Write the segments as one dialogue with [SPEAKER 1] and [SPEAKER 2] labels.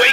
[SPEAKER 1] Wake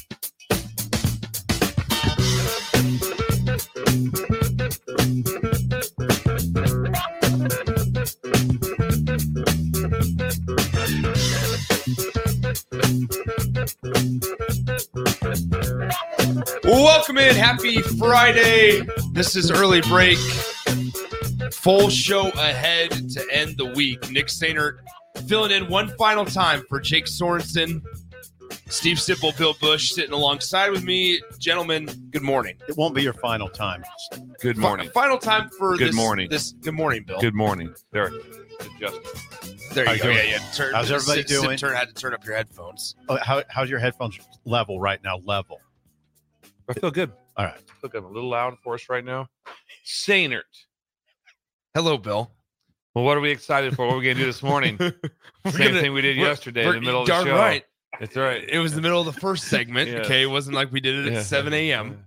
[SPEAKER 2] Welcome in. Happy Friday. This is early break. Full show ahead to end the week. Nick Sainert filling in one final time for Jake Sorensen. Steve Sipple, Bill Bush sitting alongside with me. Gentlemen, good morning.
[SPEAKER 3] It won't be your final time.
[SPEAKER 4] Good
[SPEAKER 2] Fi-
[SPEAKER 4] morning.
[SPEAKER 2] Final time for
[SPEAKER 4] Good
[SPEAKER 2] this,
[SPEAKER 4] morning.
[SPEAKER 2] This good morning, Bill.
[SPEAKER 4] Good morning. There. Just
[SPEAKER 2] There
[SPEAKER 3] How
[SPEAKER 2] you
[SPEAKER 3] you
[SPEAKER 2] go.
[SPEAKER 3] doing?
[SPEAKER 2] Yeah, yeah. Turn,
[SPEAKER 3] How's everybody
[SPEAKER 2] sit- sit-
[SPEAKER 3] doing?
[SPEAKER 2] Turn, had to turn up your headphones.
[SPEAKER 3] Oh, How, how's your headphones level right now? Level.
[SPEAKER 4] I feel good.
[SPEAKER 3] All right.
[SPEAKER 4] I feel good. I'm a little loud for us right now. Sainert.
[SPEAKER 2] Hello, Bill.
[SPEAKER 4] Well, what are we excited for? What are we gonna do this morning? Same thing we did yesterday in the middle of the
[SPEAKER 2] darn
[SPEAKER 4] show.
[SPEAKER 2] right.
[SPEAKER 4] That's right.
[SPEAKER 2] It was the middle of the first segment.
[SPEAKER 4] Yeah.
[SPEAKER 2] Okay, it wasn't like we did it at
[SPEAKER 4] Yeah.
[SPEAKER 2] 7 a.m.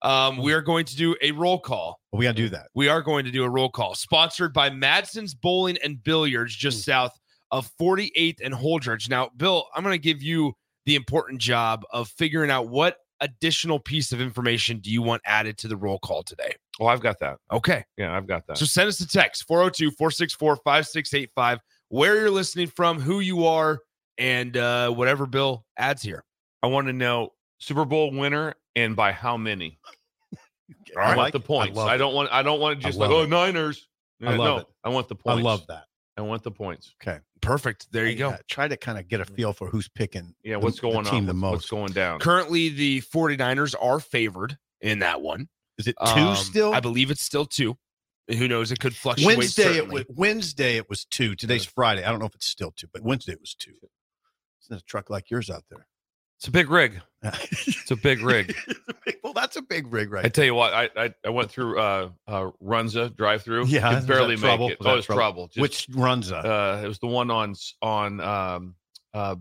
[SPEAKER 2] Um, we are going to do a roll call.
[SPEAKER 3] We got to do that.
[SPEAKER 2] We are going to do a roll call sponsored by Madsen's Bowling and Billiards, just south of 48th and Holdridge. Now, Bill, I'm going to give you the important job of figuring out what additional piece of information do you want added to the roll call today.
[SPEAKER 4] Oh, I've got that.
[SPEAKER 2] Okay.
[SPEAKER 4] Yeah, I've got that.
[SPEAKER 2] So send us a text 402 464 5685, where you're listening from, who you are, and uh, whatever Bill adds here.
[SPEAKER 4] I want to know Super Bowl winner and by how many.
[SPEAKER 3] I
[SPEAKER 4] I, want
[SPEAKER 3] like
[SPEAKER 4] the
[SPEAKER 3] it. I
[SPEAKER 4] points.
[SPEAKER 3] love
[SPEAKER 4] I,
[SPEAKER 3] it.
[SPEAKER 4] don't want I don't want to
[SPEAKER 3] I
[SPEAKER 4] just like,
[SPEAKER 3] love
[SPEAKER 4] oh
[SPEAKER 3] it.
[SPEAKER 4] Niners.
[SPEAKER 3] I love
[SPEAKER 4] no,
[SPEAKER 3] it.
[SPEAKER 4] I want the
[SPEAKER 3] I
[SPEAKER 4] points.
[SPEAKER 3] love that.
[SPEAKER 4] I want the points.
[SPEAKER 3] Okay.
[SPEAKER 2] Perfect. There you go.
[SPEAKER 3] Yeah, try to kind of get a feel for who's picking.
[SPEAKER 4] Mm. Yeah,
[SPEAKER 3] the-
[SPEAKER 4] what's
[SPEAKER 3] the
[SPEAKER 4] going
[SPEAKER 3] Team
[SPEAKER 4] on?
[SPEAKER 3] the
[SPEAKER 4] What's-
[SPEAKER 3] most.
[SPEAKER 4] What's going down?
[SPEAKER 2] Currently, the 49ers are favored in that one.
[SPEAKER 3] Is it two
[SPEAKER 2] Um,
[SPEAKER 3] still?
[SPEAKER 2] I believe it's still two. Who knows? It could fluctuate.
[SPEAKER 3] Wednesday it
[SPEAKER 2] certainly.
[SPEAKER 3] was Wednesday it was two. Today's Friday. I don't know if it's still two, but Wednesday it was two. Isn't a truck like yours out there?
[SPEAKER 4] It's a big rig. It's a big rig.
[SPEAKER 3] well, that's a big rig, right?
[SPEAKER 4] I tell you what, I I, I went through uh, uh Runza drive through.
[SPEAKER 3] Yeah, was
[SPEAKER 4] could
[SPEAKER 3] that
[SPEAKER 4] barely make
[SPEAKER 3] trouble?
[SPEAKER 4] it.
[SPEAKER 3] Was that
[SPEAKER 4] Oh, it's
[SPEAKER 3] trouble?
[SPEAKER 4] trouble. Just,
[SPEAKER 3] Which runs up?
[SPEAKER 4] uh, it was the one on s- on um uh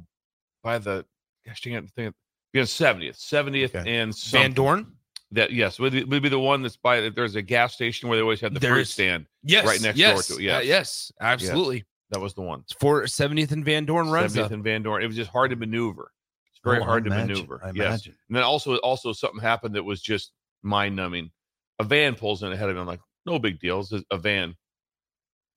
[SPEAKER 4] by the gosh dang it, thing again seventieth, seventieth
[SPEAKER 3] Okay.
[SPEAKER 4] and
[SPEAKER 2] Van
[SPEAKER 4] something.
[SPEAKER 2] Dorn.
[SPEAKER 4] That yes, would, it- would be the one that's by. There's a gas station where they always had the
[SPEAKER 2] There
[SPEAKER 4] fruit
[SPEAKER 2] is.
[SPEAKER 4] stand.
[SPEAKER 2] Yes.
[SPEAKER 4] Right next
[SPEAKER 2] yes,
[SPEAKER 4] door to it, yes.
[SPEAKER 2] uh, yes. Absolutely.
[SPEAKER 4] That was the one.
[SPEAKER 2] It's for 70th and Van Dorn runs.
[SPEAKER 4] 70th and Van Dorn. It was just hard to maneuver. It's very
[SPEAKER 3] Oh, I
[SPEAKER 4] hard to
[SPEAKER 3] imagine,
[SPEAKER 4] maneuver.
[SPEAKER 3] I
[SPEAKER 4] yes.
[SPEAKER 3] imagine.
[SPEAKER 4] And then also also something happened that was just mind numbing. A van pulls in ahead of me. I'm like, no big deal. It's a van.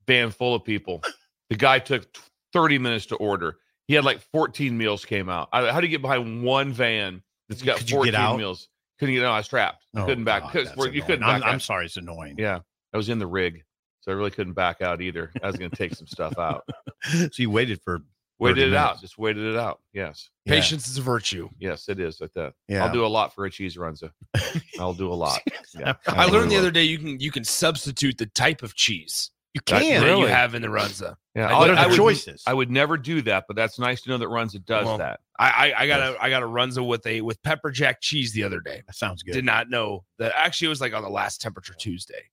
[SPEAKER 4] Van full of people. The guy took t- 30 minutes to order. He had like 14 meals came out. I, how do you get behind one van that's got
[SPEAKER 3] Could you
[SPEAKER 4] 14
[SPEAKER 3] get out?
[SPEAKER 4] meals? Couldn't get out. I was trapped.
[SPEAKER 3] Oh,
[SPEAKER 4] couldn't back.
[SPEAKER 3] God,
[SPEAKER 4] couldn't-
[SPEAKER 3] that's
[SPEAKER 4] you
[SPEAKER 3] annoying.
[SPEAKER 4] couldn't
[SPEAKER 3] I'm,
[SPEAKER 4] back
[SPEAKER 3] I'm
[SPEAKER 4] out.
[SPEAKER 3] sorry, it's annoying.
[SPEAKER 4] Yeah. I was in the rig. So I really couldn't back out either. I was going to take some stuff out.
[SPEAKER 3] so you waited for
[SPEAKER 4] Waited it
[SPEAKER 3] 30
[SPEAKER 4] out.
[SPEAKER 3] minutes.
[SPEAKER 4] Just waited it out. Yes.
[SPEAKER 3] Yeah.
[SPEAKER 2] Patience is a virtue.
[SPEAKER 4] Yes, it is like that.
[SPEAKER 3] Yeah.
[SPEAKER 4] I'll do a lot for a cheese runza. I'll do a lot. Yeah,
[SPEAKER 2] I learned the
[SPEAKER 4] will.
[SPEAKER 2] other day you can you can substitute the type of cheese
[SPEAKER 3] You
[SPEAKER 4] That-
[SPEAKER 3] can.
[SPEAKER 2] that you
[SPEAKER 4] Really?
[SPEAKER 2] have in the runza.
[SPEAKER 4] Yeah,
[SPEAKER 2] I
[SPEAKER 4] I,
[SPEAKER 3] What
[SPEAKER 4] would,
[SPEAKER 3] are the
[SPEAKER 4] I, would,
[SPEAKER 3] choices?
[SPEAKER 4] I would never do that, but that's nice to know that Runza does
[SPEAKER 2] Well,
[SPEAKER 4] that.
[SPEAKER 2] I I, I got a I got a runza with a with pepper jack cheese the other day.
[SPEAKER 3] that sounds good.
[SPEAKER 2] Did not know that actually it was like on the last temperature Tuesday.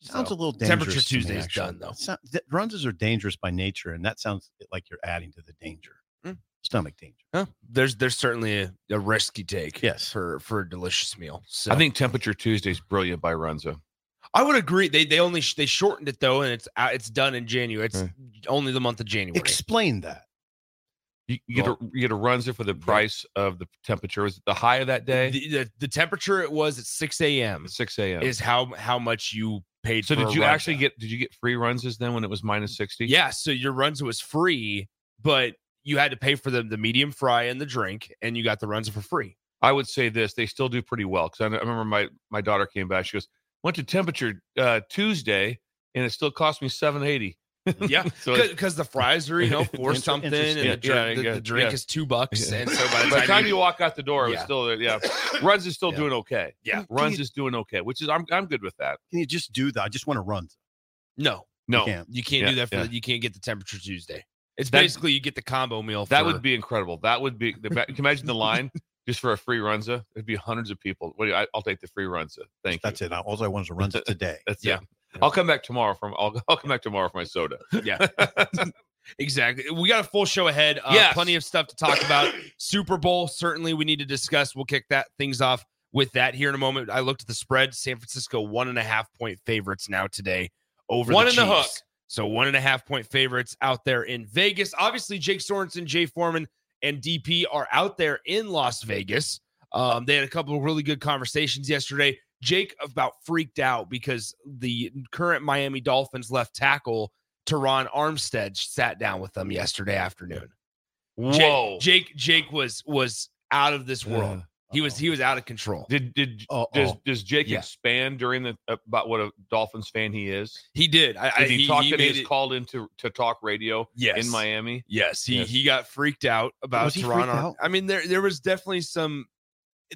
[SPEAKER 3] Sounds
[SPEAKER 2] So,
[SPEAKER 3] a little dangerous.
[SPEAKER 2] Temperature
[SPEAKER 3] to me,
[SPEAKER 2] Tuesday is
[SPEAKER 3] actually.
[SPEAKER 2] done, though.
[SPEAKER 3] So, th- Runzas are dangerous by nature, and that sounds like you're adding to the danger,
[SPEAKER 2] Mm.
[SPEAKER 3] stomach danger.
[SPEAKER 2] huh, there's there's certainly a, a risk you take
[SPEAKER 3] Yes.
[SPEAKER 2] for for a delicious meal. So
[SPEAKER 4] I think Temperature Tuesday's brilliant by Runza.
[SPEAKER 2] I would agree. They they only sh- they shortened it though, and it's out, it's done in January. It's
[SPEAKER 4] Right.
[SPEAKER 2] only the month of January.
[SPEAKER 3] Explain that.
[SPEAKER 4] You, you get a you get a runs it for the price of the temperature. Was it the high of that day?
[SPEAKER 2] the, the, the temperature it was at six a.m.
[SPEAKER 4] Six a.m.
[SPEAKER 2] is how how much you paid.
[SPEAKER 4] so
[SPEAKER 2] for
[SPEAKER 4] did
[SPEAKER 2] a
[SPEAKER 4] you
[SPEAKER 2] run.
[SPEAKER 4] actually get did you get free runs as then when it was minus sixty?
[SPEAKER 2] Yeah, so your runs was free, but you had to pay for the the medium fry and the drink, and you got the runs for free.
[SPEAKER 4] I would say this: they still do pretty well because I, I remember my my daughter came back. She goes, "Went to temperature uh, Tuesday, and it still cost me seven eighty.
[SPEAKER 2] Yeah,
[SPEAKER 4] so it's-
[SPEAKER 2] because the fries are you know four
[SPEAKER 3] Inter-
[SPEAKER 2] something, and
[SPEAKER 3] interesting.
[SPEAKER 2] the,
[SPEAKER 4] Yeah,
[SPEAKER 2] drink- the-
[SPEAKER 4] yeah,
[SPEAKER 2] the drink
[SPEAKER 4] yeah.
[SPEAKER 2] is two bucks,
[SPEAKER 4] Yeah.
[SPEAKER 2] and so by the
[SPEAKER 4] by
[SPEAKER 2] time,
[SPEAKER 4] the time
[SPEAKER 2] you,
[SPEAKER 4] you walk out the door, it was
[SPEAKER 2] Yeah.
[SPEAKER 4] still there. Yeah, runs is still
[SPEAKER 2] Yeah.
[SPEAKER 4] doing okay.
[SPEAKER 2] yeah,
[SPEAKER 4] Runs is doing okay, which is I'm I'm good with that.
[SPEAKER 3] Can you just do that? I just want to run.
[SPEAKER 2] no,
[SPEAKER 4] No,
[SPEAKER 3] can't.
[SPEAKER 2] you can't
[SPEAKER 4] Yeah,
[SPEAKER 2] do that for
[SPEAKER 4] yeah.
[SPEAKER 2] the, you can't get the temperature Tuesday. It's
[SPEAKER 4] That-
[SPEAKER 2] basically you get the combo meal.
[SPEAKER 4] that
[SPEAKER 2] for-
[SPEAKER 4] would be incredible. That would be. the- Can you imagine the line just for a free runza? It'd be hundreds of people. What do you, I, I'll take the free runza. Thank
[SPEAKER 3] That's
[SPEAKER 4] you.
[SPEAKER 3] it. All I want is a run today.
[SPEAKER 4] That's
[SPEAKER 2] Yeah.
[SPEAKER 4] it. I'll come back tomorrow from. I'll, I'll come back tomorrow for my soda.
[SPEAKER 2] yeah. Exactly. We got a full show ahead. Uh,
[SPEAKER 4] Yes.
[SPEAKER 2] Plenty of stuff to talk about. Super Bowl, certainly we need to discuss. We'll kick that things off with that here in a moment. I looked at the spread. San Francisco, one and a half point favorites now today over
[SPEAKER 4] One
[SPEAKER 2] the
[SPEAKER 4] and the hook.
[SPEAKER 2] Chiefs. So one and a half point favorites out there in Vegas. Obviously, Jake Sorensen, Jay Foreman, and DP are out there in Las Vegas. Um, they had a couple of really good conversations yesterday. Jake about freaked out because the current Miami Dolphins left tackle Teron Armstead sat down with them yesterday afternoon. Jake-
[SPEAKER 4] Whoa!
[SPEAKER 2] Jake Jake was was out of this world.
[SPEAKER 4] Uh,
[SPEAKER 2] he was he was out of control.
[SPEAKER 4] Did did
[SPEAKER 3] Uh-oh.
[SPEAKER 4] does does Jake
[SPEAKER 2] Oh. Yeah.
[SPEAKER 4] expand during the uh, about what a Dolphins fan he is?
[SPEAKER 2] He did. I, I
[SPEAKER 4] Did he, talk that he
[SPEAKER 2] made
[SPEAKER 4] was
[SPEAKER 2] it-
[SPEAKER 4] called into to talk radio
[SPEAKER 2] yes.
[SPEAKER 4] in Miami?
[SPEAKER 2] Yes, he
[SPEAKER 4] Yes.
[SPEAKER 2] he got freaked out about
[SPEAKER 3] Was he
[SPEAKER 2] Teron.
[SPEAKER 3] freaked
[SPEAKER 2] Ar-
[SPEAKER 3] out?
[SPEAKER 2] I mean, there there was definitely some.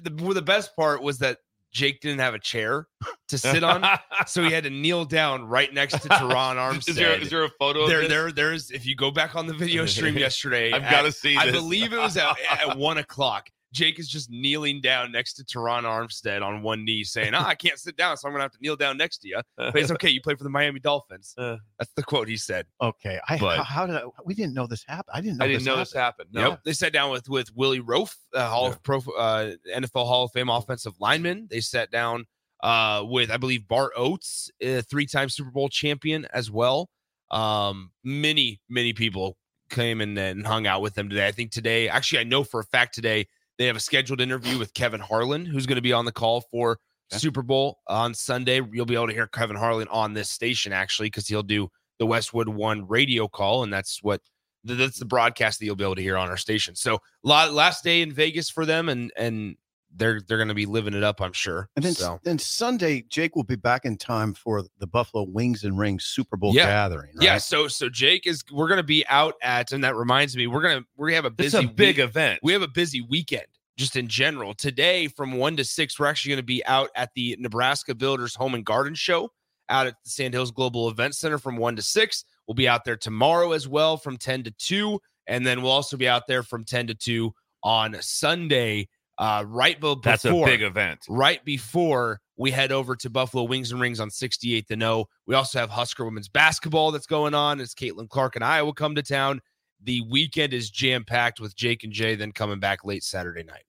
[SPEAKER 2] The, well, the best part was that Jake didn't have a chair to sit on, so he had to kneel down right next to Teron Armstead.
[SPEAKER 4] Is there is there a photo?
[SPEAKER 2] there,
[SPEAKER 4] of this?
[SPEAKER 2] there, there's. If you go back on the video stream yesterday,
[SPEAKER 4] I've
[SPEAKER 2] at-
[SPEAKER 4] got to see.
[SPEAKER 2] I
[SPEAKER 4] this.
[SPEAKER 2] believe it was at, at one o'clock. Jake is just kneeling down next to Teron Armstead on one knee, saying, "Ah, I can't sit down, so I'm gonna have to kneel down next to you." But it's okay. You play for the Miami Dolphins.
[SPEAKER 4] Uh.
[SPEAKER 2] That's the quote he said.
[SPEAKER 3] Okay. I
[SPEAKER 2] But-
[SPEAKER 3] how, how did I, we didn't know this happened? I didn't know.
[SPEAKER 4] I didn't
[SPEAKER 3] this
[SPEAKER 4] know
[SPEAKER 3] happened.
[SPEAKER 4] this happened. No.
[SPEAKER 2] Yep. They sat down with with Willie Rofe, uh, Hall of Pro, uh, NFL Hall of Fame offensive lineman. They sat down uh, with, I believe, Bart Oates, uh, three time Super Bowl champion as well. Um, many many people came and, and hung out with them today. I think today, actually, I know for a fact today they have a scheduled interview with Kevin Harlan, who's going to be on the call for
[SPEAKER 3] Okay.
[SPEAKER 2] Super Bowl on Sunday. You'll be able to hear Kevin Harlan on this station actually because he'll do the Westwood One radio call, and that's what th- that's the broadcast that you'll be able to hear on our station. So la- last day in Vegas for them, and and they're they're going to be living it up, I'm sure.
[SPEAKER 3] And then,
[SPEAKER 2] so.
[SPEAKER 3] then Sunday, Jake will be back in time for the Buffalo Wings and Rings Super Bowl
[SPEAKER 2] Yeah.
[SPEAKER 3] gathering. Right?
[SPEAKER 2] Yeah, so so Jake is we're gonna be out at, and that reminds me, we're gonna we're gonna have a
[SPEAKER 4] It's
[SPEAKER 2] busy
[SPEAKER 4] a big
[SPEAKER 2] week-
[SPEAKER 4] event.
[SPEAKER 2] We have a busy weekend just in general. Today from one to six, we're actually gonna be out at the Nebraska Builders Home and Garden Show out at the Sand Hills Global Event Center from one to six. We'll be out there tomorrow as well from ten to two, and then we'll also be out there from ten to two on Sunday. Uh, right be- before
[SPEAKER 4] That's a big event.
[SPEAKER 2] right before we head over to Buffalo Wings and Rings on 68th and O. We also have Husker women's basketball that's going on. It's Caitlin Clark and Iowa come to town. The weekend is jam packed with Jake and Jay, then coming back late Saturday night.